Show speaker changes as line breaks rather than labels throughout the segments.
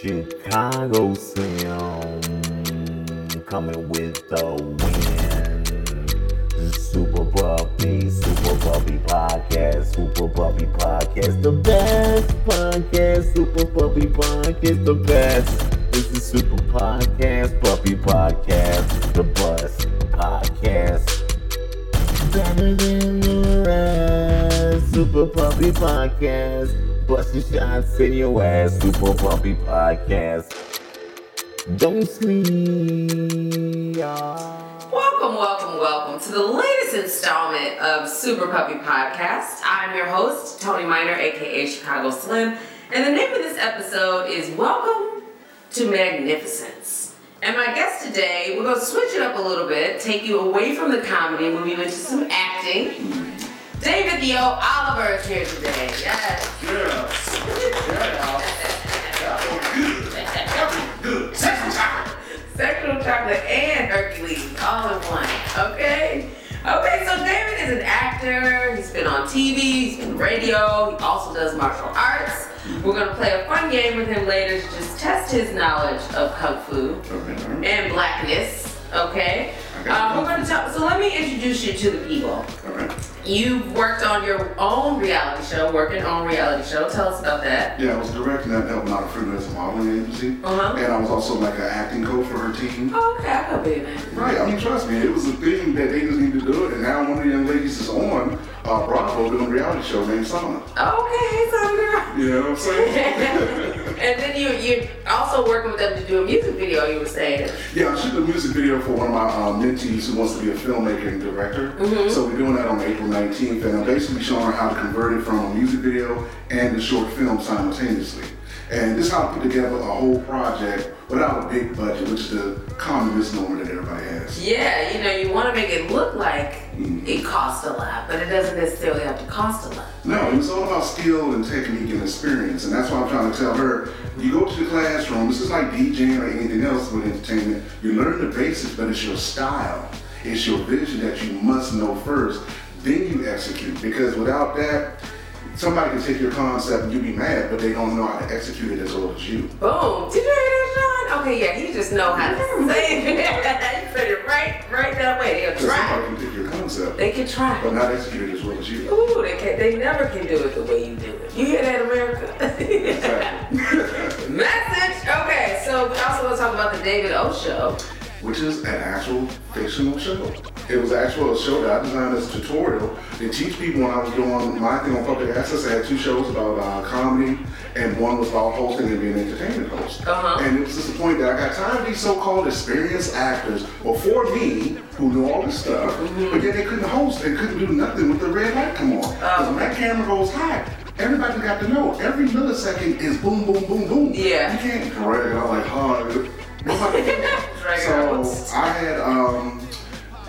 Chicago sound coming with the wind. Super Puppy, Super Puppy Podcast, Super Puppy Podcast, the best podcast, Super Puppy Podcast, the best. This is Super Podcast, Puppy Podcast, the best podcast. Better than the rest. Super Puppy Podcast. Bust your shots in your ass. Super Puppy Podcast. Don't sleep. y'all.
Welcome, welcome, welcome to the latest installment of Super Puppy Podcast. I'm your host, Tony Miner, aka Chicago Slim, and the name of this episode is Welcome to Magnificence. And my guest today, we're going to switch it up a little bit, take you away from the comedy, move you into some acting. David Theo Oliver is here today. Yes.
Yes. That was good. That was good. Second time.
Sexual chocolate and Hercules all in one. Okay? Okay, so David is an actor. He's been on TV, he's been radio, he also does martial arts. We're gonna play a fun game with him later to just test his knowledge of kung fu
Okay.
and blackness. Okay?
Okay.
Uh, we're gonna talk, so let me introduce you to the people.
All right.
You've worked on your own reality show, working on reality show. Tell us about that.
Yeah, I was directing that Elton Out Freelance Modeling Agency.
Uh-huh.
And I was also like an acting coach for her team.
Oh, okay, I could be in that.
Right, I mean, trust me, it was a thing that they just needed to do it. And now one of the young ladies is on uh, Bravo doing a reality show named Sana.
Okay, so girl.
You know what I'm saying?
And then you you also working with them to do a music video. You were saying.
Yeah, I shoot a music video for one of my um, mentees who wants to be a filmmaker and director. So we're doing that on April 19th, and I'm basically showing her how to convert it from a music video and a short film simultaneously. And this is how I put together a whole project without a big budget, which is the common misnomer that everybody has.
Yeah, you know you want to make it look like it costs a lot, but it doesn't necessarily have to cost a lot.
No, it was all about skill and technique and experience, and that's why I'm trying to tell her. You go to the classroom. This is like DJing or anything else with entertainment. You learn the basics, but it's your style, it's your vision that you must know first. Then you execute, because without that, somebody can take your concept and you be mad, but they don't know how to execute it as well as you.
Boom! Did you hear that, Sean? Okay, yeah, he just know how to say it. he said it right, right that way. They'll
'Cause
try.
somebody can take your concept,
They can try.
but not execute it as well as you.
Ooh, they can. They never can do it the way you do it. You hear that, America?
Exactly.
Message. Okay, so we also want to talk about the David O show.
which is an actual fictional show. It was actual a show that I designed as a tutorial to teach people when I was doing my thing on public access. I had two shows about uh, comedy, and one was about hosting and being an entertainment host.
Uh-huh.
And it was just the point that I got tired of these so-called experienced actors before me who knew all this stuff,
Mm-hmm.
but yet they couldn't host and couldn't do nothing with the red light come on.
Oh.
'Cause when that camera goes hot, everybody got to know every millisecond is boom, boom, boom, boom.
Yeah.
You can't drag it out like hard.
Drag it out.
so I had um,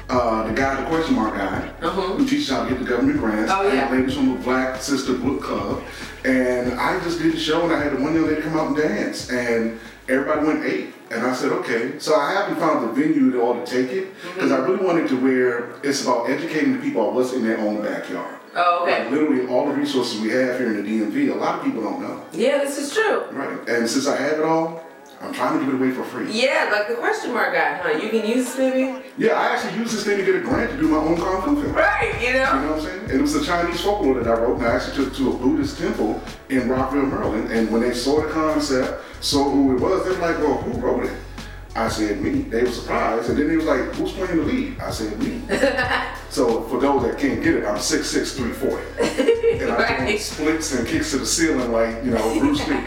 uh, the guy, the question mark guy, who teaches how to get the government grants.
Uh-huh. Oh,
I had
yeah.
ladies from the Black Sister Book Club, and I just did the show, and I had one young lady come out and dance, and everybody went eight. And I said, okay. So I haven't found the venue at all to take it, because
Mm-hmm.
I really wanted to where it's about educating the people on what's in their own backyard.
Oh,
Like,
okay.
literally all the resources we have here in the DMV, a lot of people don't know.
Yeah, this is true.
Right. And since I have it all, I'm trying to give it away for free.
Yeah, like the question mark guy, huh? You can use this maybe?
Yeah, I actually used this thing to get a grant to do my own kung fu film. You know
Right, you know?
what I'm saying? And it was a Chinese folklore that I wrote, and I actually took to a Buddhist temple in Rockville, Maryland. And when they saw the concept, saw who it was, they were like, "Well, who wrote it?" I said, "Me." They were surprised, and then they was like, "Who's playing the lead?" I said, "Me." so for those that can't get it, I'm six six three forty, and I'm doing
Right.
splits and kicks to the ceiling like you know Bruce Lee.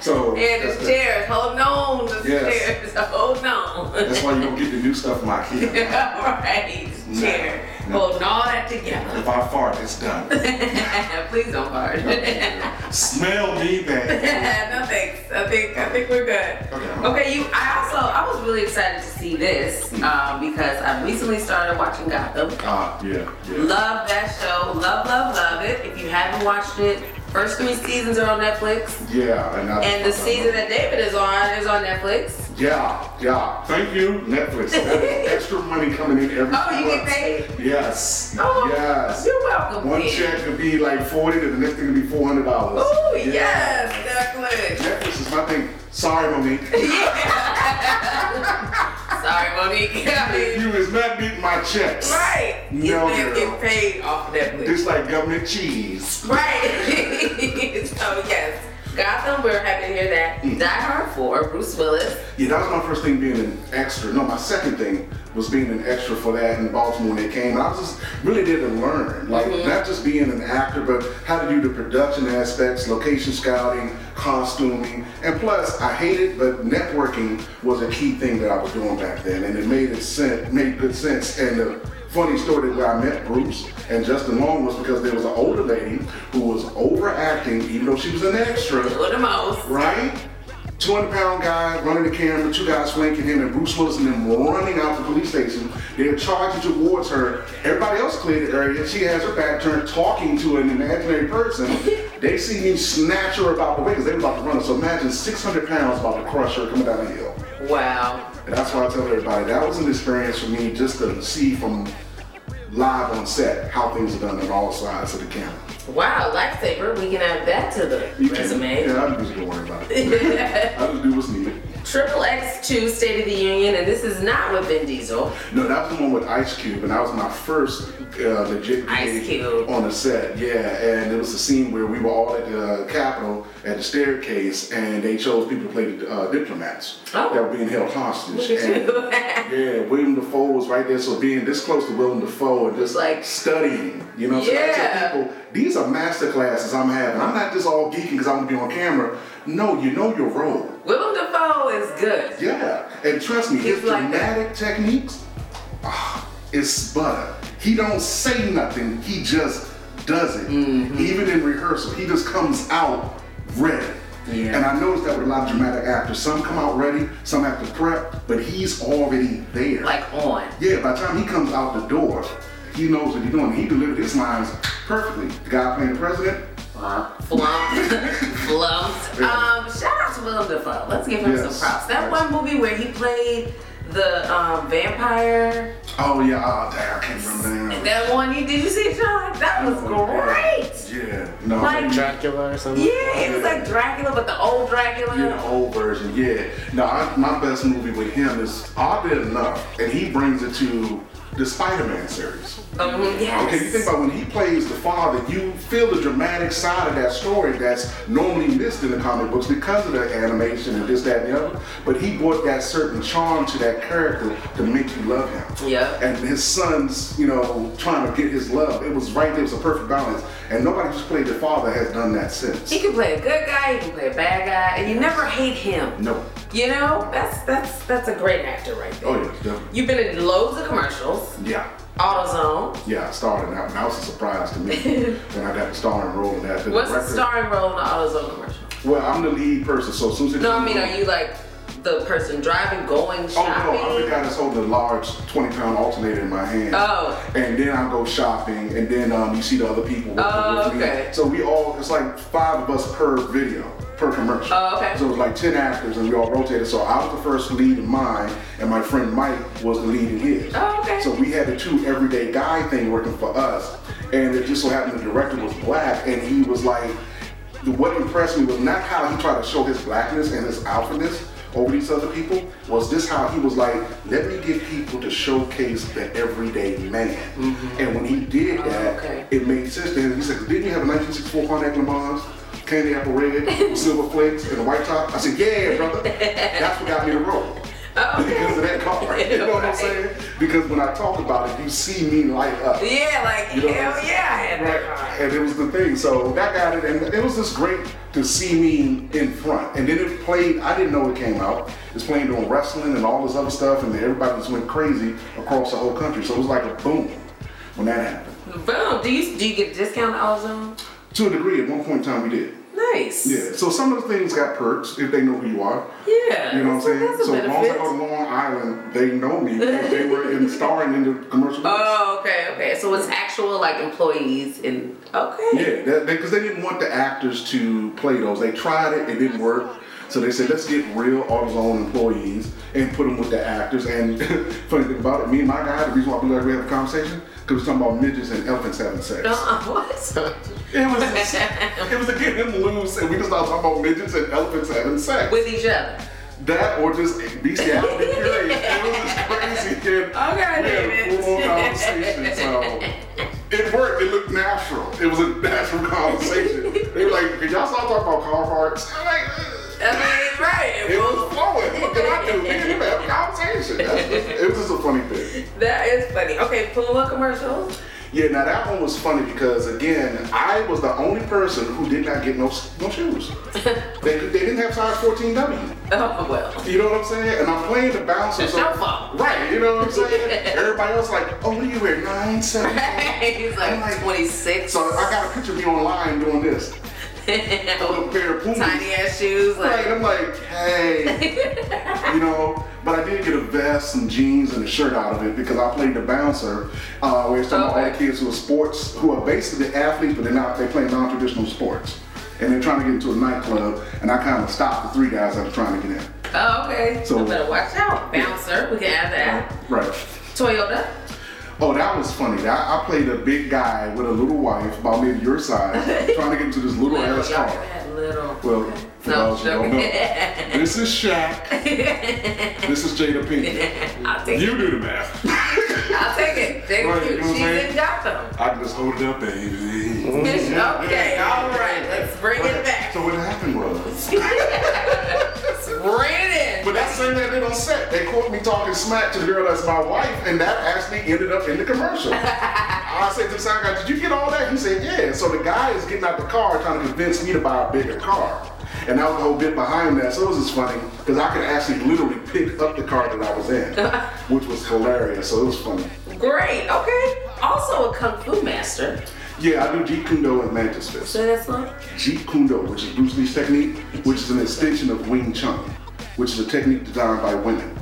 So
Yeah,
that's
the
that.
stairs, hold on, the
Yes.
stairs, hold on.
That's why you don't get the new stuff from IKEA.
right, chair,
No.
holding all that together.
If I fart, it's done.
Please don't fart. no
Smell me back.
thanks, I think, I think we're good.
Okay.
Okay, you, I also, I was really excited to see this, um, because I recently started watching Gotham.
Ah, yeah, yeah.
Love that show, love, love, love it. If you haven't watched it, first three seasons are on Netflix.
Yeah, and, I,
And the season that David is on is on Netflix.
Yeah, yeah. Thank you, Netflix. That is extra money coming in every.
Oh, you get
month.
paid?
Yes.
Oh,
yes.
you're welcome.
One
Pete.
check could be like forty, and the next thing could be four hundred dollars.
Oh, yes. Exactly. excellent.
Netflix is my thing. Sorry, Monique.
Sorry, Monique. I mean,
You is not beating my checks.
right. These
No,
niggas
girl.
get paid off Netflix.
It's like government cheese.
Right. so yes, Gotham. We're happy to hear that.
Mm.
Die Hard Four. Bruce Willis.
Yeah, that was my first thing being an extra. No, my second thing was being an extra for that in Baltimore when it came. And I was just really there to learn. Like, not just being an actor, but how to do the production aspects, location scouting, costuming. And plus, I hated, but networking was a key thing that I was doing back then. And it made it sen- made good sense. And the funny story where I met Bruce and Justin Long was because there was an older lady who was overacting, even though she was an extra
What the most?
right? 200 pound guy running the camera, two guys flanking him, and Bruce Willis and them running out the police station. They're charging towards her. Everybody else cleared the area. She has her back turned, talking to an imaginary person. they see me snatch her about the way because they were about to run her. So imagine 600 pounds about to crush her coming down the hill.
Wow.
And that's why I tell everybody that was an experience for me just to see from live on set how things are done on all sides of the camera.
Wow. Lifesaver. We can add that to the resume.
Yeah, I just don't worry about it. I just do what's needed.
Triple X Two State of the Union, and this is not with Vin Diesel.
No, that was the one with Ice Cube, and that was my first uh, legit
Ice
gig
Cube.
on the set. Yeah, and it was a scene where we were all at the Capitol at the staircase, and they chose people to play the uh, diplomats
Oh.
that were being held hostage.
Look at
And,
you.
yeah, William Defoe was right there, so being this close to William Defoe and just
Like-
studying, you know, so I
Yeah.
tell people these are master classes I'm having. I'm not just all geeking because I'm gonna be on camera. No, you know your role.
Willem Dafoe is good.
Yeah, and trust me, his
He's like that.
dramatic techniques, ah, it's butter. He don't say nothing. He just does it.
Mm-hmm.
Even in rehearsal, he just comes out ready.
Yeah.
And I noticed that with a lot of dramatic actors, some come out ready, some have to prep, but he's already there.
Like on.
Yeah, by the time he comes out the door, he knows what he's doing. He delivered his lines perfectly. The guy playing the president,
Flump. Flumps. Um, shout out to Willem Dafoe. Let's give him
Yes.
some props. That one movie where he played the um, vampire.
oh yeah, oh, damn, I can't remember the name.
That one you did you see, John? That was
Oh,
great.
Yeah, no.
Like-
Dracula or something?
Yeah, it was like Dracula, but the old Dracula.
Yeah, the old version. Yeah. No, I, my best movie with him is Oddly Enough, and he brings it to the Spider-Man series.
Um, yes.
Okay, you think about when he plays the father, you feel the dramatic side of that story that's normally missed in the comic books because of the animation and this, that, and the other. But he brought that certain charm to that character to make you love him.
Yep.
And his son's, you know, trying to get his love. It was right there, it was a perfect balance. And nobody who's played the father has done that since.
He can play a good guy, he can play a bad guy, and you never hate him.
No.
You know, that's that's that's a great actor right there.
Oh yeah, definitely.
You've been in loads of commercials.
Yeah.
AutoZone.
Yeah, I started out, and that was a surprise to me when I got the starring role in that. The
What's the
director-
starring role in the AutoZone commercial?
Well, I'm the lead person, so Susan.
No, I mean, are you like the person driving, going
Oh no, I'm the
shopping?
guy that's holding a large 20 pound alternator in my hand.
Oh.
And then I go shopping, and then um, you see the other people. working
Oh,
with me.
okay.
So we all, it's like five of us per video, per commercial.
Oh, okay.
So it was like 10 actors, and we all rotated. So I was the first lead in mine, and my friend Mike was the lead in his.
Oh, okay.
So we had the two everyday guy thing working for us, and it just so happened the director was black, and he was like, what impressed me was not how he tried to show his blackness and his alphaness over these other people, was this how he was like, let me get people to showcase the everyday man. And when he did that,
Mm-hmm. Oh, okay.
it made sense to him. He said, didn't you have a 1964 Pontiac Le Mans? Candy apple red, with silver flakes, and a white top. I said, yeah, brother. That's what got me the role
Oh, okay.
because of that car. You know what I'm
Right.
saying? Because when I talk about it, you see me light up.
Yeah, like,
You know what I'm
hell
saying?
yeah, I had that car.
Right. And it was the thing. So that got it, and it was just great to see me in front. And then it played. I didn't know it came out. It's playing on wrestling and all this other stuff, and then everybody just went crazy across the whole country. So it was like a boom when that happened.
Boom. Do you do you get a discount at AutoZone?
To a degree, at one point in time, we did.
Nice.
Yeah. So some of the things got perks if they know who you are.
Yeah.
You know what I'm saying?
That's a
So as long as I
benefit.
go to Long Island, they know me because they were in starring in the commercial.
Oh, okay, okay. So it's actual like employees in okay.
Yeah, because they, didn't want the actors to play those. They tried it, it didn't work. So they said, let's get real AutoZone employees and put them with the actors. And funny thing about it, me and my guy, the reason why we like we have a conversation, because we're talking about midgets and elephants having sex.
Uh-uh, what?
It was it was again him loose, and we just started talking about midgets and elephants having sex.
With each other.
That or just bestiality. period. it was just crazy.
Okay,
And we had a
David.
full conversation. So it worked. It looked natural. It was a natural conversation. they were like, "Did y'all start talking about car parts?" I'm like. "Ugh."
I mean, right.
It was flowing. What can I do? We didn't even have a conversation. That's just, it was just a funny thing.
That is funny. Okay, pull up commercials.
Yeah, now that one was funny because again, I was the only person who did not get no no shoes. they, they didn't have size 14W.
Oh well.
You know what I'm saying? And I'm playing the bouncer.
It's
so-
your fault.
Right, you know what I'm saying? Everybody else like, oh, what do you wear? Nine, seven.
He's
I'm
like
like-
26.
So I got a picture of me online doing this. With a pair of poomies.
tiny ass shoes. Like
Right, I'm like, hey, you know, but I did get a vest, and jeans, and a shirt out of it because I played the bouncer. Uh, where it's talking about all the
Okay.
kids who are sports, who are basically athletes, but they're not, they play non-traditional sports, and they're trying to get into a nightclub, and I kind of stopped the three guys that were trying to get in.
oh, okay.
So-
So better watch out, bouncer. We can add that.
Right.
Toyota.
Oh, that was funny. I, I played a big guy with a little wife, about maybe your size, trying to get into this little
Little,
ass
y'all
car.
had little.
Well, for
No,
those who don't know,
joking.
this is Shaq. this is Jada Pinkett.
I'll take it.
You do the math.
I'll take it. Thank
Right, you
you.
know what I'm
She's
saying?
in Gotham.
I can just hold it up, baby.
okay, all right. Let's bring it back.
So what happened was,
Bring it in.
but that same that they don't set, they caught me talking smack to the girl that's my wife, and that actually ended up in the commercial. I said to the sound guy, "Did you get all that?" He said, "Yeah." So the guy is getting out the car trying to convince me to buy a bigger car, and that was the whole bit behind that. So it was just funny because I could actually literally pick up the car that I was in, which was hilarious. So it was funny.
Great. Okay. Also a kung fu master.
Yeah, I do Jeet Kune Do and Mantis Fist.
So that's like.
Jeet Kune Do, which is Bruce Lee's technique, which is an extension of Wing Chun, which is a technique designed by women.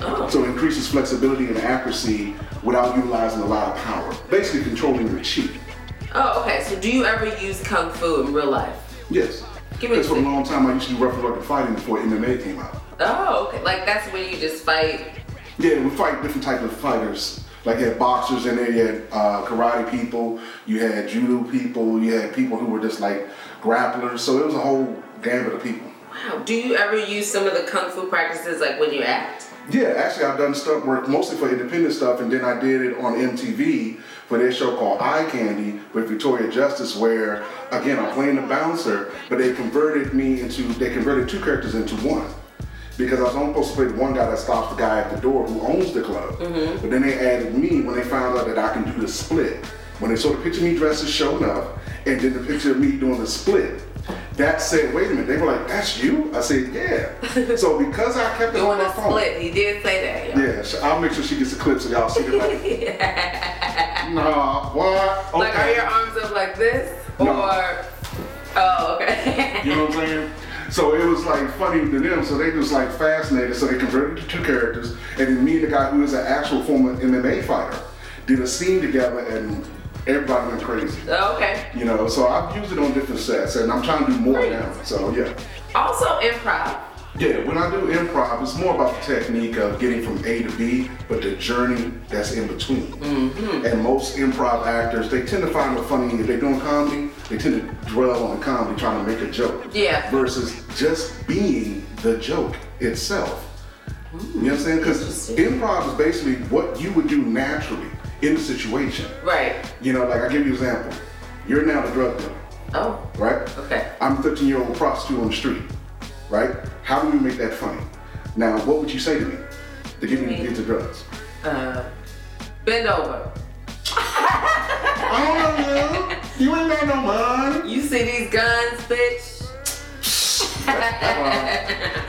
Oh.
So it increases flexibility and accuracy without utilizing a lot of power. Basically controlling your chi.
Oh, okay. So do you ever use kung fu in real life?
Yes.
Give me
Because for a
the-
long time I used to do rough and rugged fighting before MMA came out.
Oh, okay. Like that's when you just fight.
Yeah, we fight different types of fighters. Like you had boxers in there, you had uh, karate people, you had judo people, you had people who were just like grapplers. So it was a whole gambit of people.
Wow. Do you ever use some of the kung fu practices like when you act?
Yeah, actually, I've done stunt work mostly for independent stuff, and then I did it on MTV for their show called Eye Candy with Victoria Justice, where again I'm playing the bouncer, but they converted me into they converted two characters into one. Because I was only supposed to play the one guy that stops the guy at the door who owns the club.
Mm-hmm.
But then they added me when they found out that I can do the split. When they saw the picture of me dressed as showing up, and then the picture of me doing the split, that said, wait a minute. They were like, that's you? I said, yeah. so because I kept it on
Doing
my
a
phone.
split. He did say that.
Yeah, sh- I'll make sure she gets the clip so y'all see the like, Nah, what? Okay.
Like are your arms up like this or?
No.
Oh, okay.
You know what I'm saying? So it was like funny to them, so they just like fascinated. So they converted to two characters, and then me and the guy who is an actual former MMA fighter did a scene together, and everybody went crazy.
okay.
You know, so I've used it on different sets, and I'm trying to do more now. So yeah.
Also improv.
Yeah, when I do improv, it's more about the technique of getting from A to B, but the journey that's in between.
Mm-hmm.
And most improv actors, they tend to find it funny if they're doing comedy. They tend to dwell on comedy, trying to make a joke.
Yeah.
Versus just being the joke itself. You know what I'm saying? Because
Interesting.
improv is basically what you would do naturally in the situation.
Right.
You know, like I give you an example. You're now the drug dealer,
Oh.
right?
Okay.
I'm a 13 year old prostitute on the street, right? How do you make that funny? Now, what would you say to me to get me
Me?
into drugs?
Uh, bend over.
I don't know, you. You ain't got no money.
You see these guns, bitch?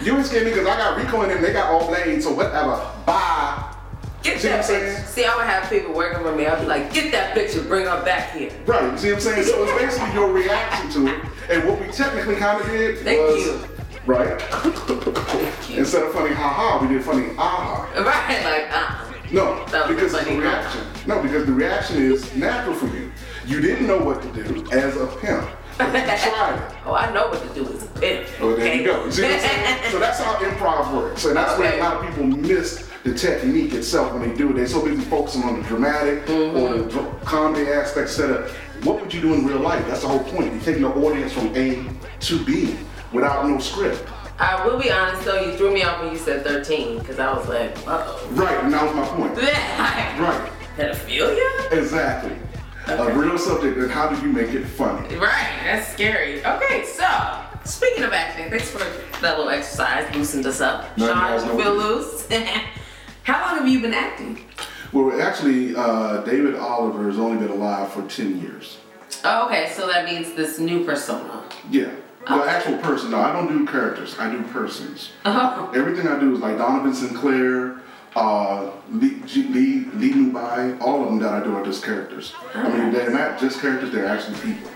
You ain't scared me because I got Rico in it and they got all blades, so whatever. Bye.
Get
See what
that
I'm saying?
bitch. See, I would have people working for me. I'd be like, get that bitch and bring her back here.
Right, you see what I'm saying? So it's basically your reaction to it. And what we technically kind of did
Thank
was.
you.
Right?
you.
Instead of funny ha ha, we did funny aha.
Right? Like, uh.
No,
That was
because
a
it's the
funny
reaction. No, because the reaction is natural for you. You didn't know what to do as a pimp. But you tried it.
Oh, I know what to do. It's a pimp.
Well, there you go. You see what I'm saying? so that's how improv works. And that's where
Okay.
a lot of people miss the technique itself when they do it. They're so busy focusing on the dramatic or the dr- comedy aspect instead of what would you do in real life? That's the whole point. You're taking the audience from A to B without no script.
I will be honest though, you threw me off when you said 13, because I was like, uh
Right, and that was my point.
oh.
Right,
Pedophilia?
exactly. A real subject, and how do you make it funny?
Right, that's scary. Okay, so speaking of acting, thanks for that little exercise, loosened us up.
No, no,
Sean,
no
you feel
worries.
loose? How long have you been acting?
Well, actually, uh, David Oliver has only been alive for 10 years.
Oh, okay, so that means this new persona.
Yeah. Well, actual person. No, I don't do characters. I do persons.
Oh.
Everything I do is like Donovan Sinclair, uh, Lee, G, Lee, Lee Nubai. All of them that I do are just characters. I mean, they're not just characters. They're actually people.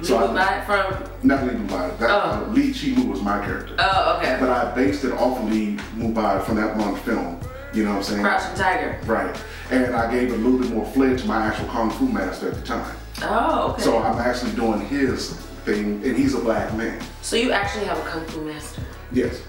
So
So
you
I,
buy it from.
not Lee Nubai. That
Oh.
uh, Lee Chi Mu was my character.
Oh, okay.
But I based it off of Lee Nubai from that one film. You know what I'm saying?
Crouching Tiger.
Right. And I gave a little bit more flair to my actual kung fu master at the time.
Oh, okay.
So
So,
I'm actually doing his thing, and he's a black man.
you actually have a kung fu master.
Yes.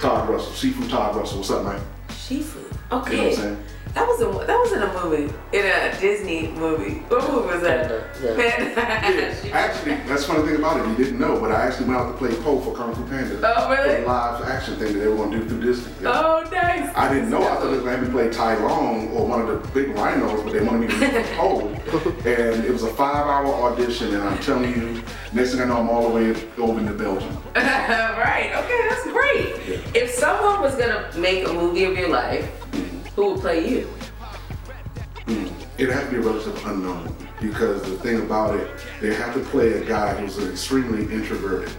Todd Russell. Seafood Todd Russell. What's up, man?
Shifu.
You know what
Okay.
I'm saying?
that was a that was in a movie in a Disney movie. What movie was that?
Yeah.
Panda.
Actually, that's the funny thing about it. You didn't know, but I actually went out to play Poe for Kung Fu Panda.
Oh, really?
The live action thing that they were going to do through Disney.
Oh, nice.
I didn't know. I thought they were going to have me play Tai Long or one of the big rhinos, but they wanted me to be Poe. And it was a five-hour audition, and I'm telling you, next thing I know, I'm all the way over into Belgium.
right. Okay, that's great. If someone was gonna make a movie of your life,
Mm-hmm.
who would play you?
It has to be a relative unknown because the thing about it, they have to play a guy who's extremely introverted,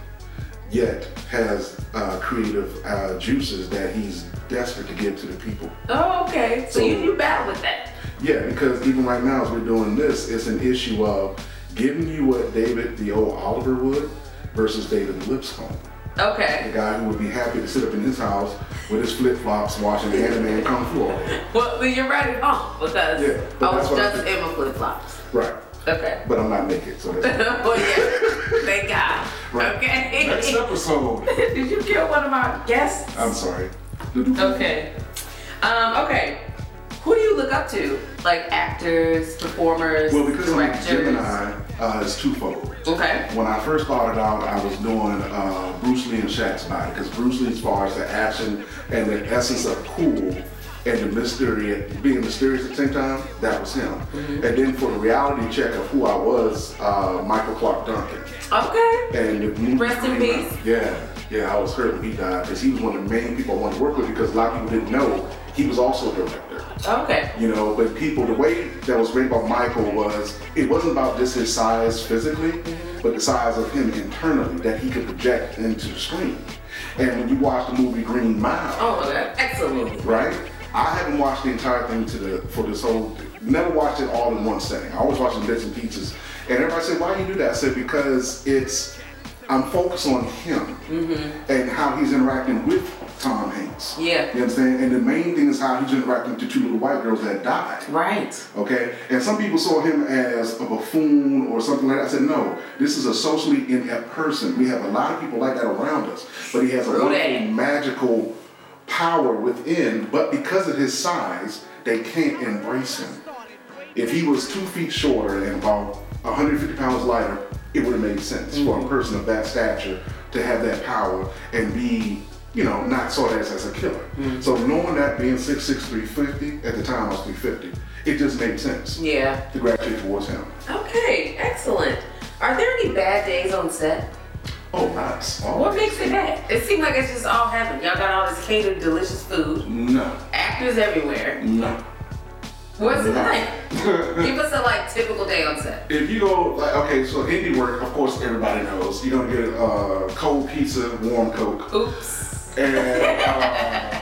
yet has uh, creative uh, juices that he's desperate to give to the people.
Oh, okay. So you you battle with that.
Yeah, because even right now, as we're doing this, it's an issue of giving you what David the old Oliver would versus David Lipscomb, the
Okay.
guy who would be happy to sit up in his house with his flip flops watching anime and kung fu all day.
Well, then you're right at home because
Yeah, but
I
that's
was
what I
just in my flip flops.
Right.
Okay.
But I'm not naked, so that's
well, yeah. Thank God.
Right.
Okay.
Next episode.
Did you kill one of my guests?
I'm sorry.
Okay. Um, okay. Who do you look up to? Like actors, performers,
Well, because I'm a
directors?
Gemini, uh, it's twofold.
Okay.
When I first started out, I was doing uh, Bruce Lee and Shaq's body because Bruce Lee, as far as the action and the essence of cool and the mystery, being mysterious at the same time, that was him.
Mm-hmm.
And then for the reality check of who I was, uh, Michael Clark Duncan.
Okay.
And the movie
Rest in
came out-
peace.
Yeah, yeah, I was hurt when he died because he was one of the main people I wanted to work with because a lot of people didn't know he was also a director
Okay.
you know, but people, the way that was written about Michael was, it wasn't about just his size physically, but the size of him internally that he could project into the screen. And when you watch the movie Green Mile,
Oh my god. Excellent movie.
right? I haven't watched the entire thing to the for this whole. Never watched it all in one setting. I always watch it in bits and pieces. And everybody said, "Why do you do that?" I said, "Because it's I'm focused on him and how he's interacting with Tom Hanks.
Yeah.
you know what I'm saying. And the main thing is how he's interacting to two little white girls that died.
Right.
Okay, and some people saw him as a buffoon or something like that. I said, no, this is a socially inept person. We have a lot of people like that around us, but he has a
True
wonderful,
that.
magical power within. But because of his size, they can't embrace him. If he was two feet shorter and about 150 pounds lighter, it would have made sense for a person of that stature to have that power and be, you know, not sort of as, as a killer. So knowing that being 6'6", 350, at the time I was 350, it just made sense
Yeah.
to gravitate towards him.
Okay. Excellent. Are there any bad days on set?
Oh, nice.
What makes it bad? It seems like it's just all heaven. Y'all got all this catered, delicious food.
No,
Actors everywhere.
no.
What's it
No.
like? Give us a like typical day on set.
If you go like okay, so indie work, of course everybody knows you're gonna get a uh, cold pizza, warm coke,
Oops.
and uh,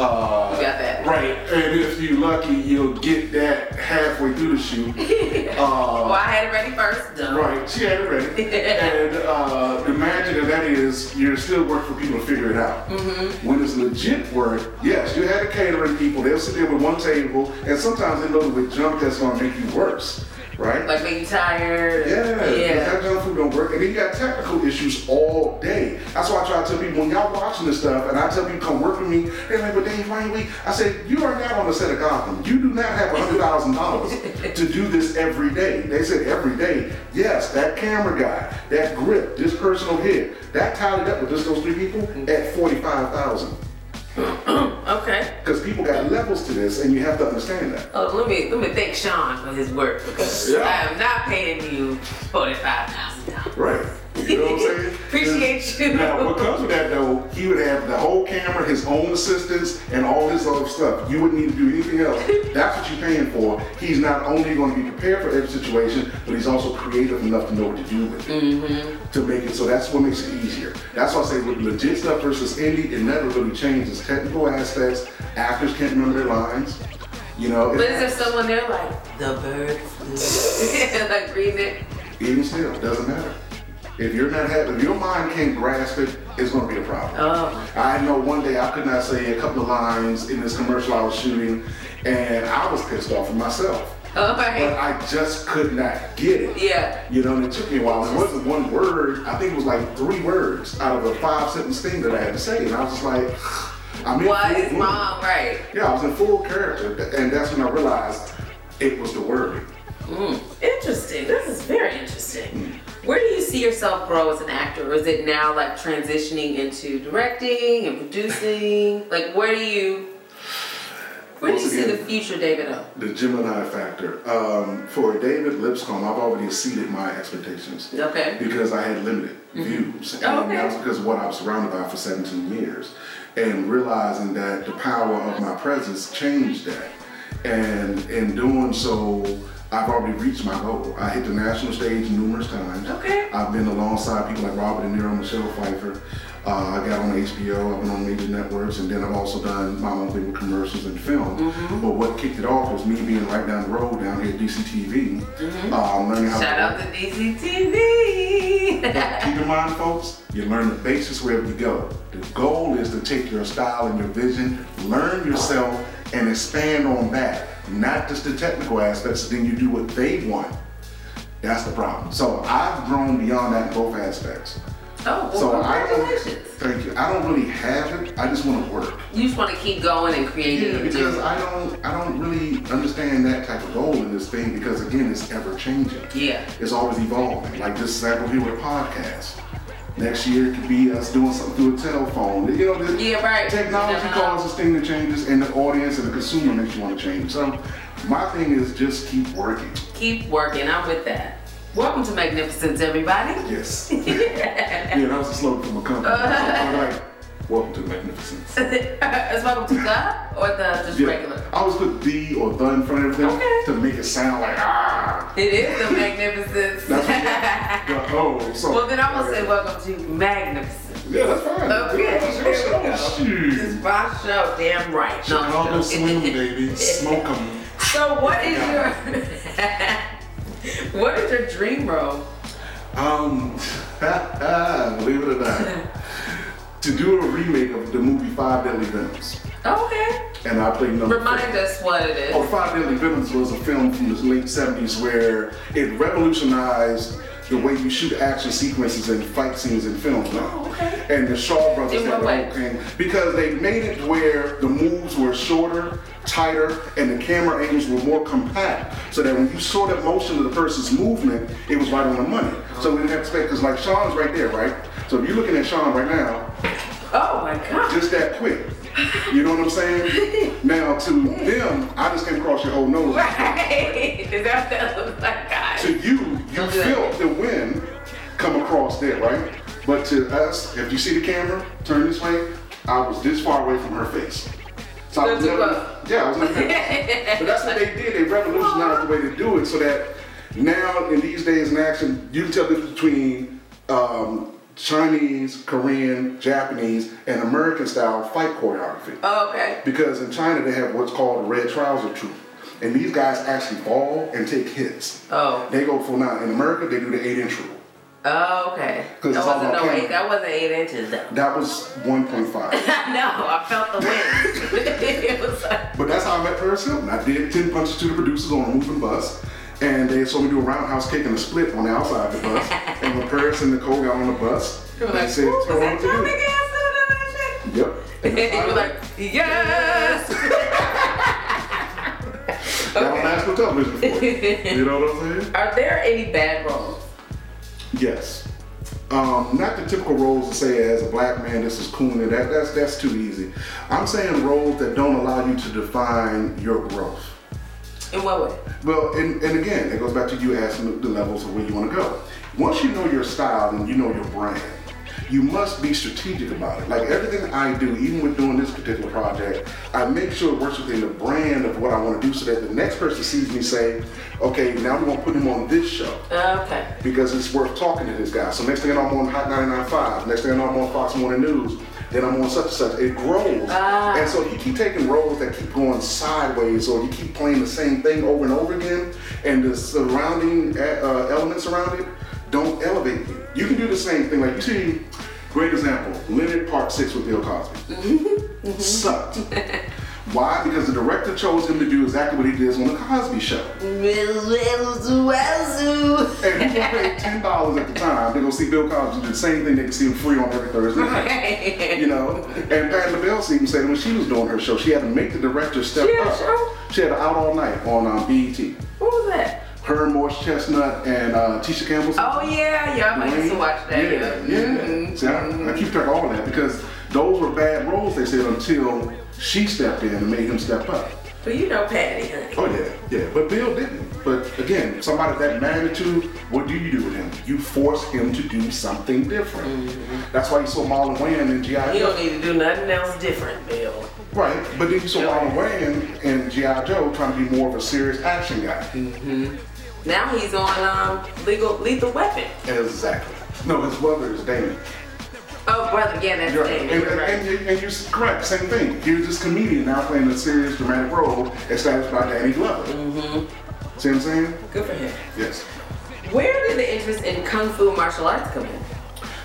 uh,
You got that.
Right, and if you're lucky, you'll get that halfway through the shoot.
Well,
Uh,
I had it ready first. Dumb.
right, she had it ready. and uh, the magic of that is you're still working for people to figure it out.
Mm-hmm.
When it's legit work, yes, you had the catering people, they'll sit there with one table, and sometimes they load it with junk that's going to make you worse. right?
Like make you tired.
Yeah, yeah.
Yeah.
that junk food don't work. And then you got technical issues all day. That's why I try to tell people when y'all watching this stuff, and I tell people come work with me, they're like, "But Dave, why you wait?" I said, "You are not on the set of Gotham. You do not have hundred thousand dollars to do this every day." They said every day. Yes, that camera guy, that grip, this personal hit, that tallied up with just those three people at forty-five thousand.
Okay.
Because people got levels to this, and you have to understand that.
Oh, let me let me thank Sean for his work because
Yeah.
I am not paying you forty five thousand dollars.
Right. You know what I'm saying?
Appreciate you.
Now, what comes with that though, he would have the whole camera, his own assistants, and all his other stuff. You wouldn't need to do anything else. That's what you're paying for. He's not only going to be prepared for every situation, but he's also creative enough to know what to do with it.
Mm-hmm.
To make it so that's what makes it easier. That's why I say with legit stuff versus indie, it never really changes. Technical aspects, actors can't remember their lines. You know,
But
it-
is there someone there like the bird flew? like reading it?
even still, it doesn't matter. If you're not happy, if your mind can't grasp it, it's going to be a problem.
Oh.
I know one day I could not say a couple of lines in this commercial I was shooting, and I was pissed off at myself.
All
But
right.
I just could not get it.
Yeah.
You know, and it took me a while. It wasn't one word. I think it was like three words out of a five sentence thing that I had to say, and I was just like, I'm in
Why
full
is
bloom.
mom right?
Yeah, I was in full character, and that's when I realized it was the word.
Hmm. Interesting. This is very interesting. Where do you see yourself grow as an actor? Or is it now like transitioning into directing and producing? Like where do you where do you
Once
see
again-
the future David Oh, O?
The Gemini factor. Um, for David Lipscomb, I've already exceeded my expectations.
Okay.
Because I had limited views. And
Oh, okay.
that was because of what I was surrounded by for 17 years. And realizing that the power of my presence changed that. And in doing so, I've already reached my goal. I hit the national stage numerous times.
Okay.
I've been alongside people like Robert De Niro, Michelle Pfeiffer. Uh, I got on HBO, I've been on major networks, and then I've also done my own thing with commercials and film.
Mm-hmm.
But what kicked it off was me being right down the road down here at DCTV,
Mm-hmm.
uh, learning how
Shout
to
out to DCTV.
Keep in mind, folks, you learn the basics wherever you go. The goal is to take your style and your vision, learn yourself, and expand on that. Not just the technical aspects, then you do what they want. That's the problem. So I've grown beyond that in both aspects.
Oh, well,
So I
congratulations.
thank you. I don't really have it. I just want to work.
You just want to keep going and creating
Yeah,
and
because
doing.
I don't I don't really understand that type of goal in this thing because again it's ever changing.
Yeah.
It's always evolving. Like this example here with a podcast. Next year it could be us doing something through a telephone. You know, the
Yeah, right.
technology
Uh-huh.
causes thing that changes and the audience and the consumer makes you want to change. So my thing is just keep working.
Keep working. I'm with that. Welcome to Magnificence, everybody.
Yes. yeah, that was a slogan from a company.
Uh-huh.
I'm like, welcome to magnificence.
It's welcome to God or the just
Yeah.
regular.
I always put the or the in front of everything
Okay.
to make it sound like ah.
It is the magnificence.
That's what, the oh, so.
well, then I'm gonna say welcome to magnificence.
Yeah, that's fine.
Okay.
That's your show.
There It's
Oh, Shoot.
my show, damn right. No, I'm joking.
Chicago Slim, baby. Smoke 'em.
So what is
Yeah.
your what is your dream role?
Um, believe it or not, to do a remake of the movie Five Deadly Venoms,
Okay.
and I play number. four.
Remind us what it is.
Or Five Deadly Venoms was a film from the late 70s where it revolutionized the way you shoot action sequences and fight scenes in films now.
Oh, okay.
And the Shaw brothers
In
had
what
the
way?
whole thing because they made it where the moves were shorter, tighter, and the camera angles were more compact. So that when you saw the motion of the person's movement, it was right on the money. So we didn't have to expect because like Sean's right there, right? So if you're looking at Sean right now,
Oh my god.
just that quick. You know what I'm saying? now to them, I just came across your whole nose.
Right. Is that oh what that looks like, guys?
To you, you
Okay.
feel the wind come across there, right? But to us, if you see the camera, turn this way, I was this far away from her face. So I was
That's
never,
rough.
yeah, I was never. but that's what they did. They revolutionized the way to do it, so that now in these days in action, you can tell the difference between um, Chinese, Korean, Japanese, and American style fight choreography
Oh, okay.
because in China they have what's called the red trouser troop, and these guys actually fall and take hits.
Oh.
They go for now in America they do the eight inch rule.
Oh, okay. That
'Cause it's all
wasn't
about
no
camera.
eight. That wasn't eight inches though.
That was 1.5.
I know. I felt the wind. it was like,
but that's how I met Paris Hilton. I did 10 punches to the producers on a moving bus. And they so we do a roundhouse kick and a split on the outside of the bus. and when Paris and Nicole got on the bus,
You were
they
like,
said,
"Ooh, was
"Tell them
that
what to
John
do."
McGass doing that shit?
Yep. And
you were like, yes!
That on national television before. you know what I'm saying?
Are there any bad roles?
Yes. Um, not the typical roles to say as a black man this is cooning. That that's that's too easy. I'm saying roles that don't allow you to define your growth.
In what way?
Well, and, and again, it goes back to you asking the levels of where you want to go. Once you know your style and you know your brand, you must be strategic about it. Like everything I do, even with doing this particular project, I make sure it works within the brand of what I want to do so that the next person sees me say, okay, now we're going to put him on this show
Okay.
because it's worth talking to this guy. So next thing I know, I'm on Hot 99.5. Next thing I know, I'm on Fox Morning News. Then I'm on such and such. It grows. And so you keep taking roles that keep going sideways, or you keep playing the same thing over and over again, and the surrounding uh, uh, elements around it don't elevate you. You can do the same thing. Like you see, great example, Leonard Part 6 with Bill Cosby. Sucked. Why? Because the director chose him to do exactly what he did on The Cosby Show. And if you paid ten dollars at the time, they go see Bill Cosby do the same thing they can see him free on every Thursday night. You know, and Pat LaBelle's even said when she was doing her show, she had to make the director step
She had a
up.
show?
She had an out all night on um, BET.
What was that?
Her, Morse Chestnut, and uh, Tisha Campbell.
Oh yeah, yeah, I might need to watch that. Mm-hmm.
Yeah, yeah. See, I, I keep track of all that because those were bad roles they said until she stepped in and made him step up.
But you know Patty, honey.
Oh yeah, yeah. But Bill didn't. But again, somebody of that magnitude, what do you do with him? You force him to do something different.
Mm-hmm.
That's why you saw Marlon Wayne in GI.
You
Joe.
don't need to do nothing else different, Bill.
Right. But then you saw Marlon Wayne in GI Joe trying to be more of a serious action guy.
Mm-hmm. Now he's on um legal lethal weapon.
Exactly. No, his brother is Damon.
Oh brother, yeah, that's
You're right.
Damon,
And,
you're
and,
right.
and, you- and you're s- correct. Same thing. He was this comedian now playing a serious dramatic role established by Danny Glover.
Mm-hmm.
See what I'm saying?
Good for him.
Yes.
Where did the interest in kung fu martial arts come in?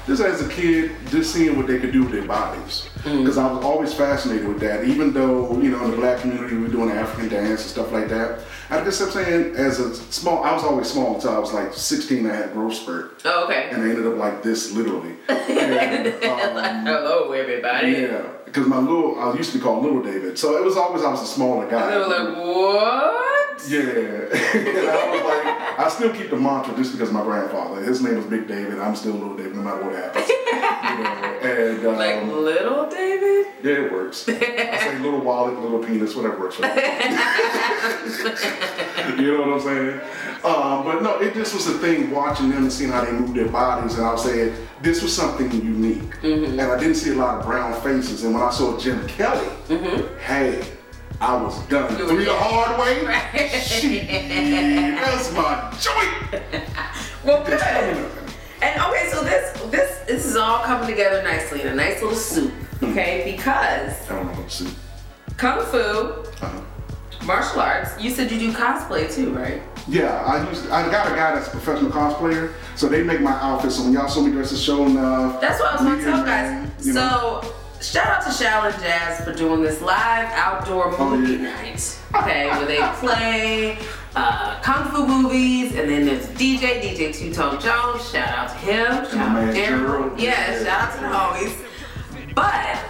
just as a kid, just seeing what they could do with their bodies. Because I was always fascinated with that. Even though, you know, in the black community, we were doing African dance and stuff like that. I just kept saying, as a small, I was always small until I was like 16, I had growth spurt.
Oh, okay.
And I ended up like this, literally. And, um,
Hello everybody.
yeah, because my little, I used to be called Little David. So it was always, I was a smaller guy.
And they were like, what?
Yeah, and I was like, I still keep the mantra just because my grandfather. His name was Big David. I'm still Little David, no matter what happens. You know, and um,
Like little David?
yeah, it works. I say little wallet, little penis, whatever works. For me. you know what I'm saying? Um, but no, it just was a thing watching them and seeing how they moved their bodies, and I was saying this was something unique,
Mm-hmm.
and I didn't see a lot of brown faces. And when I saw Jim Kelly, hey. I was done.
Mm-hmm. You were
Three the
done.
hard way? Shit, that's my joint.
Well, good.
Damn.
And okay, so this this this is all coming together nicely in a nice little soup, okay? Because
I don't know what to see.
kung fu,
Uh-huh.
martial arts. You said you do cosplay too, right?
Yeah, I used I got a guy that's a professional cosplayer, so they make my outfits. So when y'all saw me dress as show enough,
That's what I was going to
Weekend
tell guys.
Man, you know.
So shout out to Shallon Jazz for doing this live outdoor
Oh,
movie
yeah.
night. Okay, where they play uh, kung fu movies, and then there's DJ DJ Two Tone Jones. Shout out to him. Shout
my
out
man
to Daryl.
Gerald.
Yeah, shout out to the homies. But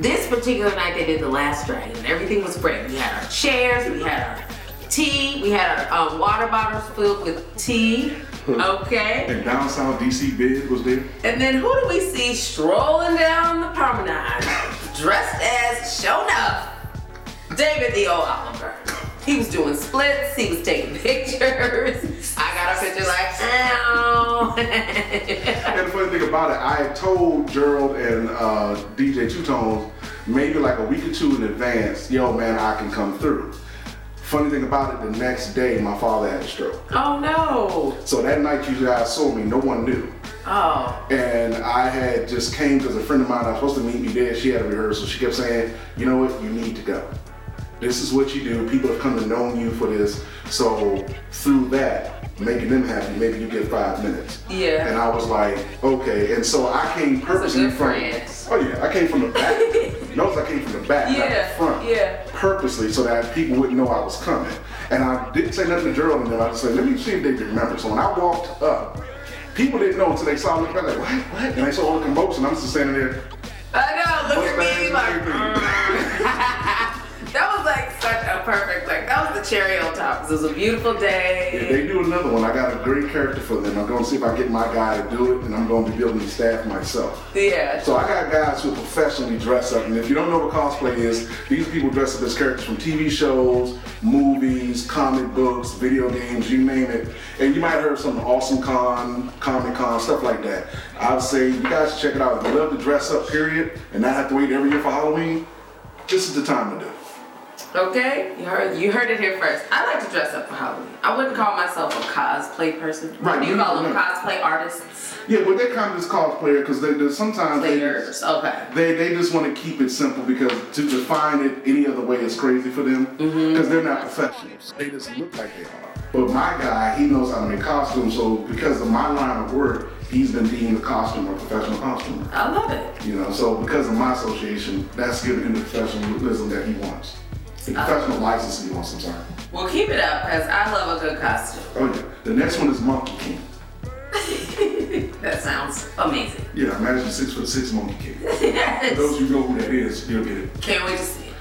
this particular night they did the Last Dragon. Everything was great. We had our chairs. We had our tea. We had our um, water bottles filled with tea. Okay.
and down south DC Bid was there.
And then who do we see strolling down the promenade, dressed as shown up? David the old Oliver. He was doing splits, he was taking pictures. I got a picture like, ow.
And the funny thing about it, I told Gerald and uh, DJ Two Tones maybe like a week or two in advance, yo man, I can come through. Funny thing about it, the next day my father had a stroke.
oh no.
So that night you guys saw me, no one knew.
Oh.
And I had just came because a friend of mine I was supposed to meet me there. She had a rehearsal. She kept saying, "You know what? You need to go. This is what you do. People have come to know you for this. So through that, making them happy, maybe you get five minutes."
Yeah.
And I was like, "Okay." And so I came purposely
good
from.
friend.
Oh yeah, I came from the back. Notice I came from the back, not
Yeah,
the front.
yeah.
Purposely so that people wouldn't know I was coming. And I didn't say nothing to Gerald and them. I just said, let me see if they remember. So when I walked up, people didn't know until they saw me. They're like, what? What? And they saw all the commotion. I'm just standing there.
I know. Look at
Both bands
me,
and
like
everything.
that was like such a perfect, like that was the cherry on top. 'cause It was a beautiful
If
day.
they do another one, I got a great character for them. I'm going to see if I get my guy to do it, and I'm going to be building the staff myself.
Yeah.
So I got guys who professionally dress up, and if you don't know what cosplay is, these people dress up as characters from TV shows, movies, comic books, video games, you name it. And you might have heard some awesome con, comic con, stuff like that. I would say you guys should check it out. If you love to dress up, period, and not have to wait every year for Halloween, this is the time to do. it.
Okay. You heard. You heard it here first. I like to dress up for Halloween. I wouldn't call myself a cosplay person. What
Right,
do you call them?
right.
Cosplay artists.
Yeah, but they're kind of just cosplayer because they, they sometimes they-
Players. Okay.
They, they just want to keep it simple because to define it any other way is crazy for them because they're not professionals. They just look like they are. But my guy, he knows how to make costumes, so because of my line of work, he's been deemed a costumer, professional costumer.
I love it.
You know, so because of my association, that's giving him the professionalism that he wants, the professional license he wants sometimes.
Well, keep it up, cause I love a good costume.
Oh yeah. The next one is Monkey King.
That sounds amazing.
Yeah, imagine six foot six Monkey King. Those of you who know who that is, you'll get it.
Can't wait to see it.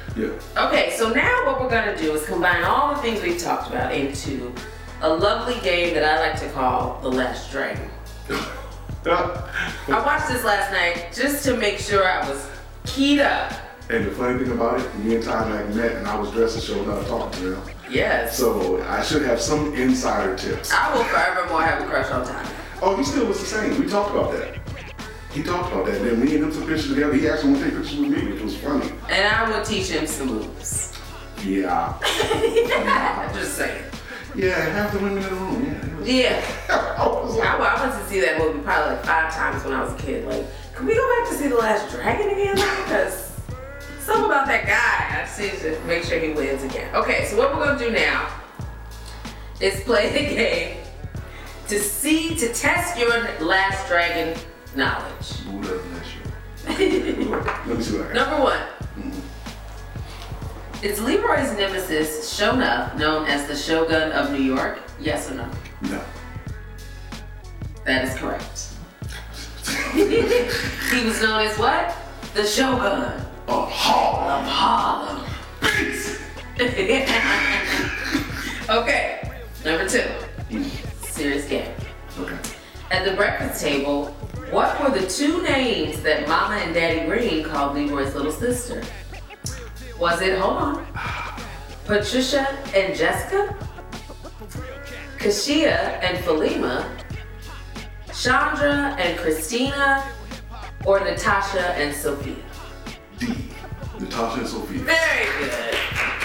Yeah.
Okay, so now what we're gonna do is combine all the things we've talked about into a lovely game that I like to call The Last Dragon. I watched this last night just to make sure I was keyed up.
And the funny thing about it, me and Todd had met and I was dressed and showed up talking to them.
Yes.
So I should have some insider tips.
I will forevermore have a crush on Tommy.
Oh, he still was the same. We talked about that. He talked about that. Then me and him took pictures together. He asked him to take pictures with me, which was funny.
And I will teach him some moves.
Yeah.
I'm just saying.
Yeah, half the women in the room. Yeah.
Yeah.
I was
I,
like,
I went to see that movie probably like five times when I was a kid. Like, can we go back to see The Last Dragon again? Because something about that guy, I just need to make sure he wins again. Okay, so what we're gonna do now is play the game to see to test your Last Dragon knowledge.
Who doesn't that shit? Let me see what I got.
Number one. Is Leroy's nemesis Shona known as the Shogun of New York? Yes or no?
No.
That is correct. he was known as what? The Shogun
A hall
of Harlem.
of beats.
okay, number two.
E.
Serious game.
Okay.
At the breakfast table, what were the two names that Mama and Daddy Green called Leroy's little sister? Was it, hold on, Patricia and Jessica? Kashia and Philema? Chandra and Christina? Or Natasha and Sophia?
D. Natasha and Sophia.
Very good.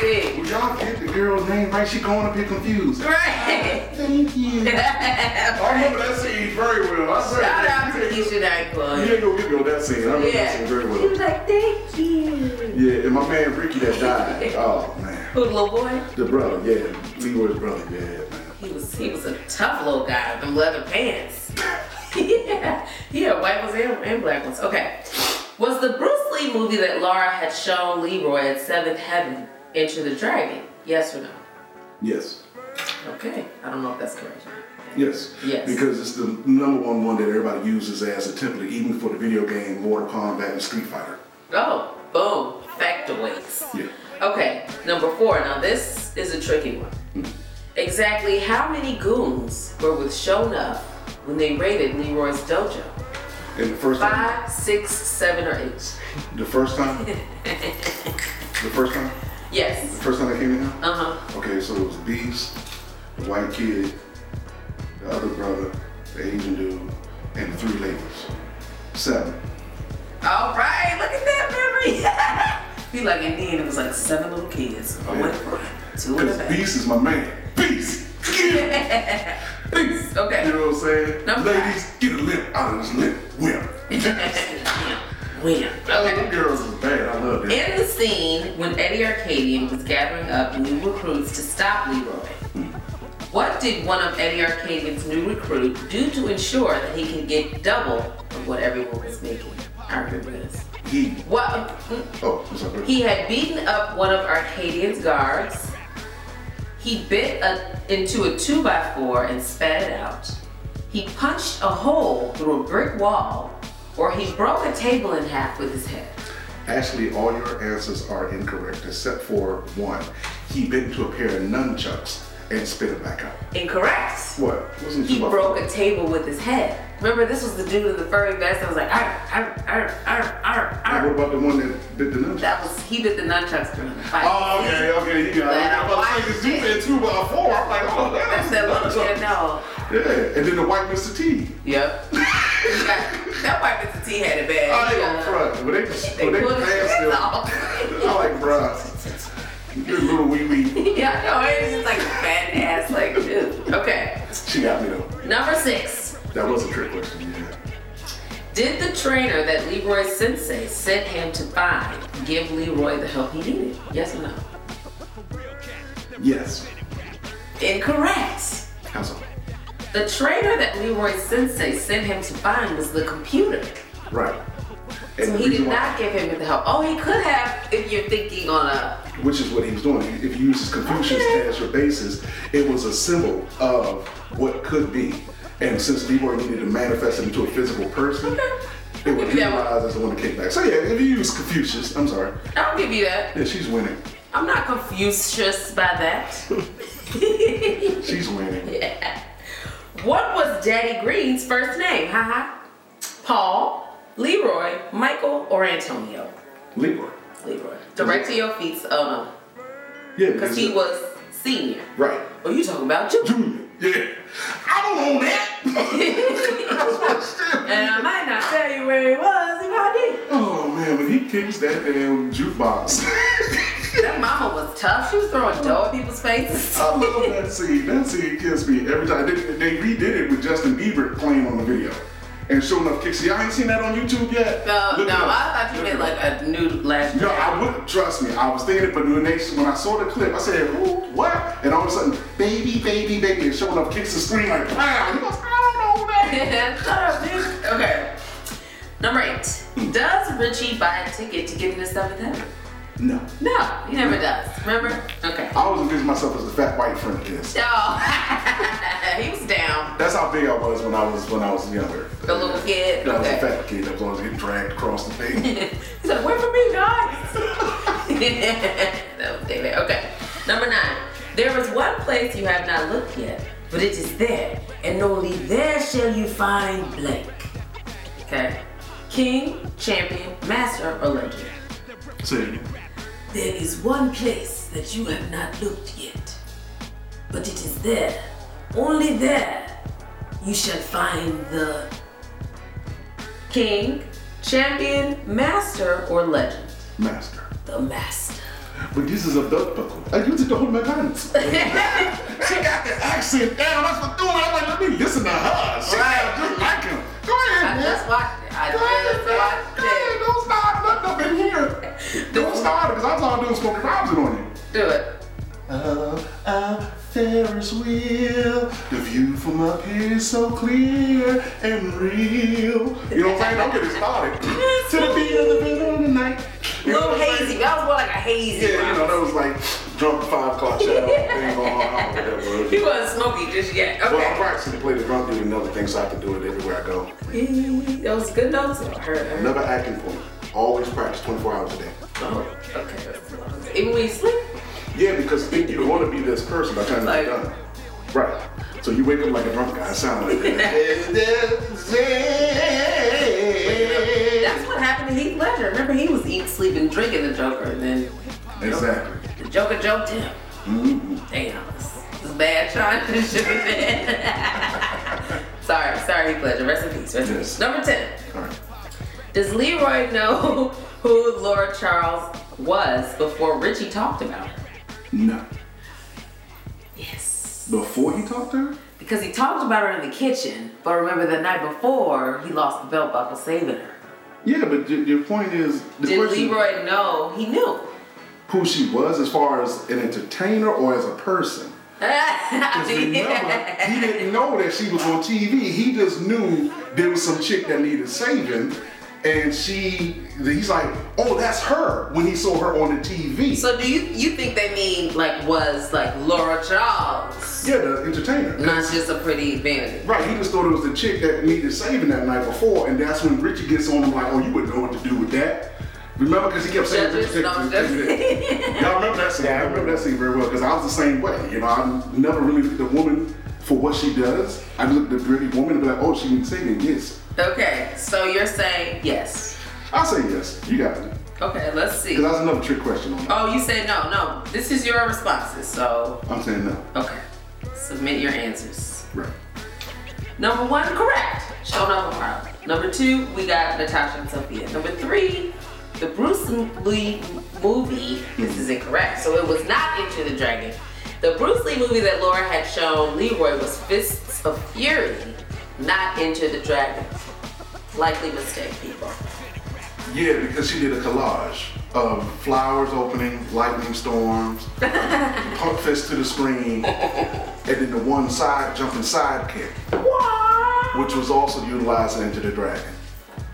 Big.
Would y'all get the girl's name right? She going up here confused.
Right.
Thank you. I remember that scene very well. I said,
Shout out to
you ain't-
Keisha
You
Nyquil.
ain't gonna get me on that scene. I remember that
Yeah.
scene
She
very well.
was like, thank you.
Yeah, and my man Ricky that died. Oh man,
Who, the little boy?
the brother. Yeah, Leroy's brother. Yeah, man.
He was he was a tough little guy with them leather pants. yeah, yeah, white ones and, and black ones. Okay, was the Bruce Lee movie that Laura had shown Leroy at Seventh Heaven, Enter the Dragon? Yes or no?
Yes,
Okay, I don't know if that's correct.
yes,
Yes.
Because it's the number one one that everybody uses as a template, even for the video game Mortal Kombat and Street Fighter.
Oh, boom, factoids.
Yeah.
Okay, number four. Now this is a tricky one. Exactly how many goons were with Shonuff when they raided Leroy's dojo?
And the first time,
Five, six, seven, or eight?
the first time, the first time, the
Yes.
first time I came in. Here,
Uh huh.
okay, so it was Beast, the white kid, the other brother, the Asian dude, and the three ladies. Seven.
All right. Look at that memory. He like in the end, it was like seven little kids.
Oh, yeah.
One front, two in the
Because
back.
Beast is my man. Beast! Get it! Beast!
Okay.
You know what I'm saying?
Number
Ladies, get a lip out of this lip. Whip.
Win.
Oh,
Okay.
them girls is bad. I love that.
In the scene when Eddie Arcadian was gathering up new recruits to stop Leroy, what did one of Eddie Arcadian's new recruit do to ensure that he can get double of what everyone was making? I remember this.
He.
What? Hmm?
Oh, I'm sorry.
He had beaten up one of Arcadian's guards. He bit a, into a two by four and spat it out. He punched a hole through a brick wall, or he broke a table in half with his head.
Actually, all your answers are incorrect except for one. He bit into a pair of nunchucks and spit it back out.
Incorrect.
What? Wasn't
He
too much.
broke a table with his head. Remember, this was the dude in the furry vest that was like, arr, arr, arr, arr, arr,
Now, What
arr.
about the one that bit the nunchucks?
That was, he bit the nunchucks during the fight.
Oh, okay, okay, you got
But
it.
I
I'm about to say, 'cause you
watched
said two by four. I'm like, oh,
That's
that's
that little
nunchucks.
kid, no.
Yeah, and then the white Mr. T.
Yep. that white Mr. T had it bad.
I ain't
Yeah.
gonna front, but Oh, they just
They
when they
pulled his
passed
pants
them.
off.
I like bruh. You're a little wee wee.
Yeah, no, it was just like fat ass, like, dude. Okay.
She got me though.
Number six.
That was a trick question. Yeah.
Did the trainer that Leroy Sensei sent him to find give Leroy the help he needed? Yes or no?
Yes.
Incorrect.
How's up?
The trainer that Leroy Sensei sent him to find was the computer.
Right. And
So
the
he did
reason why-
not give him the help. Oh, he could have if you're thinking on a.
which is what he was doing. If you use Confucius
Okay.
as your basis, it was a symbol of what could be. And since Leroy needed to manifest it into a physical person,
Okay.
it would
Give me that one.
utilize as the one that came back. So yeah, if you use Confucius, I'm sorry.
I'll give you that.
Yeah, she's winning.
I'm not confucius by that.
She's winning.
What was Daddy Green's first name? Haha. Paul, Leroy, Michael, or Antonio?
Leroy.
Leroy. Direct to your feet. Oh no,
Yeah,
because he was senior.
right.
Oh, you talking about you?
Junior. Yeah. I don't own that. That's my shit.
And I might not tell you where he was if I
Oh man, when he kicks that damn jukebox.
did. That mama was tough. She was throwing dough at people's faces.
I love that scene. That scene kills me every time. They, they redid it with Justin Bieber playing on the video. And sure enough, kicks. Y'all ain't seen that on YouTube yet?
No,
Look
Uh, no,
it up.
I thought you
Look
meant
it up.
like a new last
No, I wouldn't. Trust me, I was thinking it, but when, they, when I saw the clip, I said, "Who? What?" And all of a sudden, baby, baby, baby, and showing up kicks the screen like, "Pow!" He goes, "I don't know that."
Shut up, dude. Okay. Number eight. Does Richie buy a ticket to get into stuff with him?
No,
No, he never does. Remember? Okay.
I always envision myself as the fat white friend of his.
Oh, he was down.
That's how big I was when I was when I was younger.
The little kid.
I was a
Okay.
fat kid that was always getting dragged across the thing.
He's like, wait for me, guys. that was David. Okay. Number nine. There is one place you have not looked yet, but it is there, and only there shall you find blank. Okay. King, champion, master, or legend.
Say it again.
There is one place that you have not looked yet, but it is there, only there, you shall find the king, champion, master, or legend.
Master.
The master.
But this is a duck buckle. I use it to hold my pants. she got the accent down. That's what doing. I'm like, let me listen to her. She
Right.
sounds just like him. Go ahead,
I
man.
just watched it. I
Go ahead, man.
just
Go ahead.
watched
Don't start nothing up in here. Don't start it, because that's all I'm doing is smoking rhymes on you.
it. Do it.
Of a Ferris wheel, the view from up here is so clear and real. You know what I'm saying? Don't get it started. to the beat of the middle of the night. You know
little
what I'm saying?
hazy. That was more like a hazy.
Yeah, you know,
vibe.
that was like drunk five o'clock shadow thing going on. I don't know what that
He
was.
wasn't smoky just yet.
Well, I'm
Okay.
practicing to play the drunk dude and other things, so I can do it everywhere I go.
Those good notes. I heard. I heard.
Never acting point. Always practice 24 hours a day.
Oh, okay. Even when you sleep.
Yeah, because think you don't want to be this person by trying to
Like-
get done. Right. So you wake up like a drunk guy. I sound like that.
That's what happened to Heath Ledger. Remember, he was eating, sleeping, drinking the Joker, and then
exactly. Mm-hmm.
the Joker joked him. Damn, this is bad trying to shoot it. sorry, sorry, Heath Ledger. Rest in peace. Rest in
Yes.
peace. Number ten.
All right.
Does Leroy know who Lord Charles was before Richie talked about her?
No.
Yes.
Before he talked to her?
Because he talked about her in the kitchen, but remember the night before he lost the belt buckle saving her.
Yeah, but your, your point is the
Did
question.
Leroy know he knew?
who she was as far as an entertainer or as a person. Because remember, he didn't know that she was on TV. He just knew there was some chick that needed saving, and she he's like, oh, that's her when he saw her on the TV.
So do you you think they mean like was like Laura Charles,
yeah, the entertainer.
not just a pretty vanity?
Right, he just thought it was the chick that needed saving that night before, and that's when Richie gets on him like, oh, you wouldn't know what to do with that. Remember, because he kept saying,
Judges
"Richie, take
don't
this,
judge."
take this." Y'all remember that scene? I remember that scene very well because I was the same way. You know, I never really looked at the woman for what she does. I just looked at the pretty woman and be like, oh, she needs saving. Yes,
Okay, so you're saying yes.
I say yes. You got it.
Okay, let's see.
Because that's another trick question on that.
Oh, you said no, no. This is your responses. So
I'm saying no.
okay, submit your answers.
Right.
Number one, correct. Show number problem. Number two, we got Natasha and Sophia. Number three, the Bruce Lee movie. This is incorrect. So it was not Into the Dragon. The Bruce Lee movie that Laura had shown Leroy was Fists of Fury, not Into the Dragon. Likely mistake, people.
Yeah, because she did a collage of flowers opening, lightning storms, pump fist to the screen, and then the one side jumping sidekick, which was also utilizing Into the Dragon.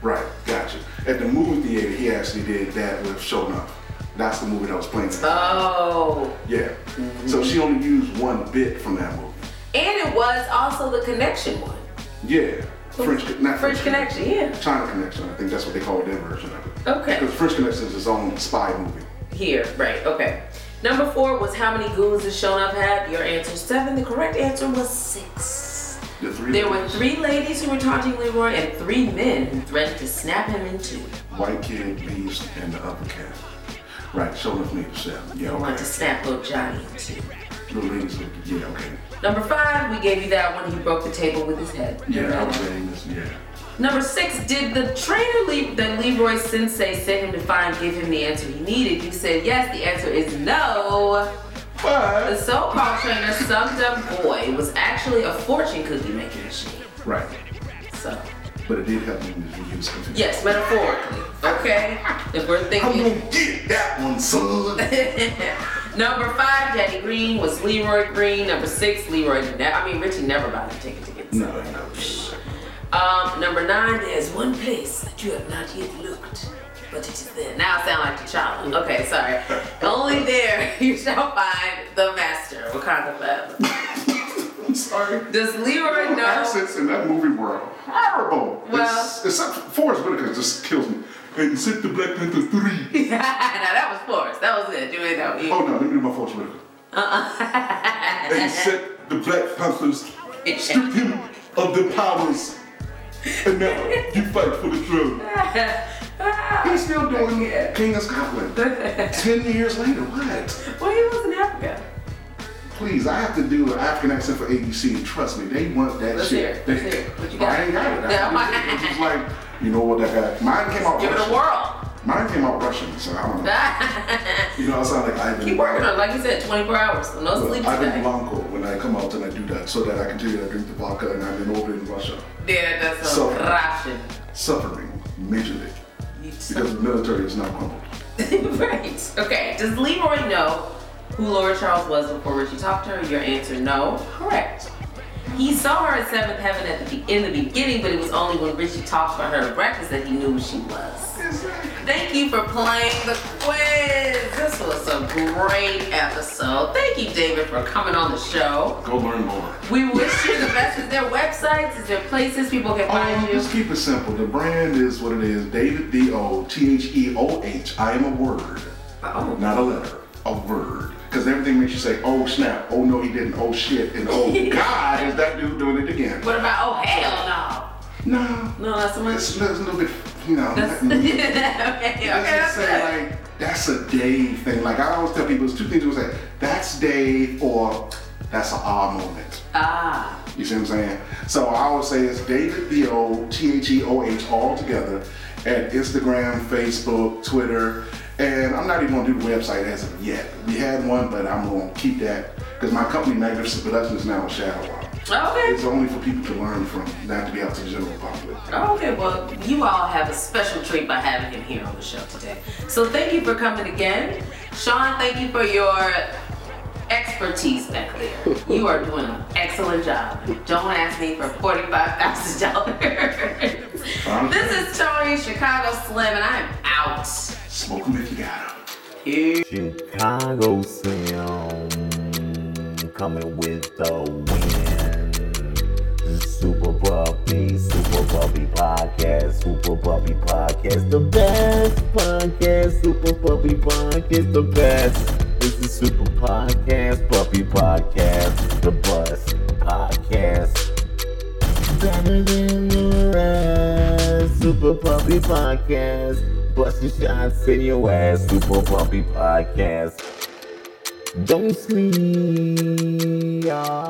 Right, gotcha. At the movie theater, he actually did that with Show Up. That's the movie that was playing.
Uh, Oh.
Yeah. So she only used one bit from that movie.
And it was also the connection one.
Yeah. French, not
French Connection, yeah.
China Connection, I think that's what they call their version of it.
Okay.
Because French Connection is its own spy movie.
Here, right, okay. Number four was how many goons has shown up had? Your answer seven. The correct answer was six.
The three
There were
ladies.
three ladies who were taunting Leroy and three men who threatened to snap him in two.
White Kid, Beast, and the Upper Cat. Right, show us Nigga Chef. Yeah,
I wanted to
okay.
snap little Johnny in two.
The ladies, look- yeah, okay.
Number five, we gave you that one. He broke the table with his head.
Yeah, I was saying this, yeah.
Number six, did the trainer Le- that Leroy Sensei sent him to find give him the answer he needed? You said yes. The answer is no. The
But,
so-called trainer summed up boy was actually a fortune cookie making machine.
right,
So,
but it did help me to reuse confusion.
yes, metaphorically. Okay, if we're
I'm
thinking.
gonna get that one, son.
Number five, Daddy Green was Leroy Green. Number six, Leroy. Ne- I mean, Richie never bothered to take a ticket.
no, no, no.
Um, number nine, there's one place that you have not yet looked, but it is there. Now I sound like the child. Okay, sorry. Only there you shall find the master. Wakanda forever.
I'm sorry.
Does Leroy know?
Accents in that movie were horrible.
Well-
It's- except for Forrest Whitaker just kills me. And sent the Black Panther 3.
now that was forced. That was it. Do it though.
Oh no, let me do my Forrest Whitaker. Uh-uh. and set the Black Panthers, strip him of the powers, and now you fight for the throne. He's still doing
Yeah.
King of Scotland. Ten years later, what?
Well, he was in Africa.
Please, I have to do an African accent for ABC. Trust me, they want that
Let's hear it.
shit.
Let's hear it. What you got?
I ain't got it. I
No.
it was like, you know what, that guy. Mine came out
Give it
Russian.
a whirl.
Mine came out Russian, so I don't know. You know, I sound like Ivan.
Keep working on it. Like you said, 24 hours. So no sleep
Well, Ivan
today.
Blanco when I come out and I do that, so that I can tell you I drink the vodka and I've been over in Russia,
Yeah, that's
So-
some Russian.
suffering majorly
You just-
because the military is not crumbled.
right. Okay. Does Leroy know who Laura Charles was before Richie talked to her? Your answer, no. Correct. He saw her in Seventh Heaven at the be- in the beginning, but it was only when Richie talked about her at breakfast that he knew who she was. Thank you for playing the quiz. This was a great episode. Thank you, David, for coming on the show.
Go learn more.
We wish you the best. Is there websites? Is there places people can
Um,
find you?
just keep it simple. The brand is what it is. David D O T H E O H. I am a word,
Oh.
not a letter. A word. Because everything makes you say, oh snap, oh no he didn't, oh shit, and oh god, is that dude doing it again?
What about? Oh hell
No.
no. No, that's so much.
It's, it's a little bit, you know.
That's,
not-
okay, okay,
Let's
that's
just
it.
say like that's a Dave thing. Like I always tell people, there's two things we say: that's Dave or that's an R moment.
Ah,
You see what I'm saying? So I always say it's David D O T H E O H all together at Instagram, Facebook, Twitter, and I'm not even gonna do the website as of yet. We had one, but I'm gonna keep that because my company, Magnificent Productions, now a shadow.
okay.
It's only for people to learn from, not to be out to the general public.
Okay, well, you all have a special treat by having him here on the show today. So thank you for coming again. Sean, thank you for your expertise back there. You are doing an excellent job. Don't ask me for $45,000. this is Tony Chicago Slim, and I am out. out.
Smoke 'em if you got 'em.
Chicago sound coming with the wind. Super Puppy, Super Puppy Podcast, Super Puppy Podcast, the best podcast. Super Puppy Podcast, the best. This is Super Podcast, Puppy Podcast, the best podcast. Better than the rest. Super Puppy Podcast. Bust your shots in your ass. Super Puppy Podcast. Don't sleep. y'all.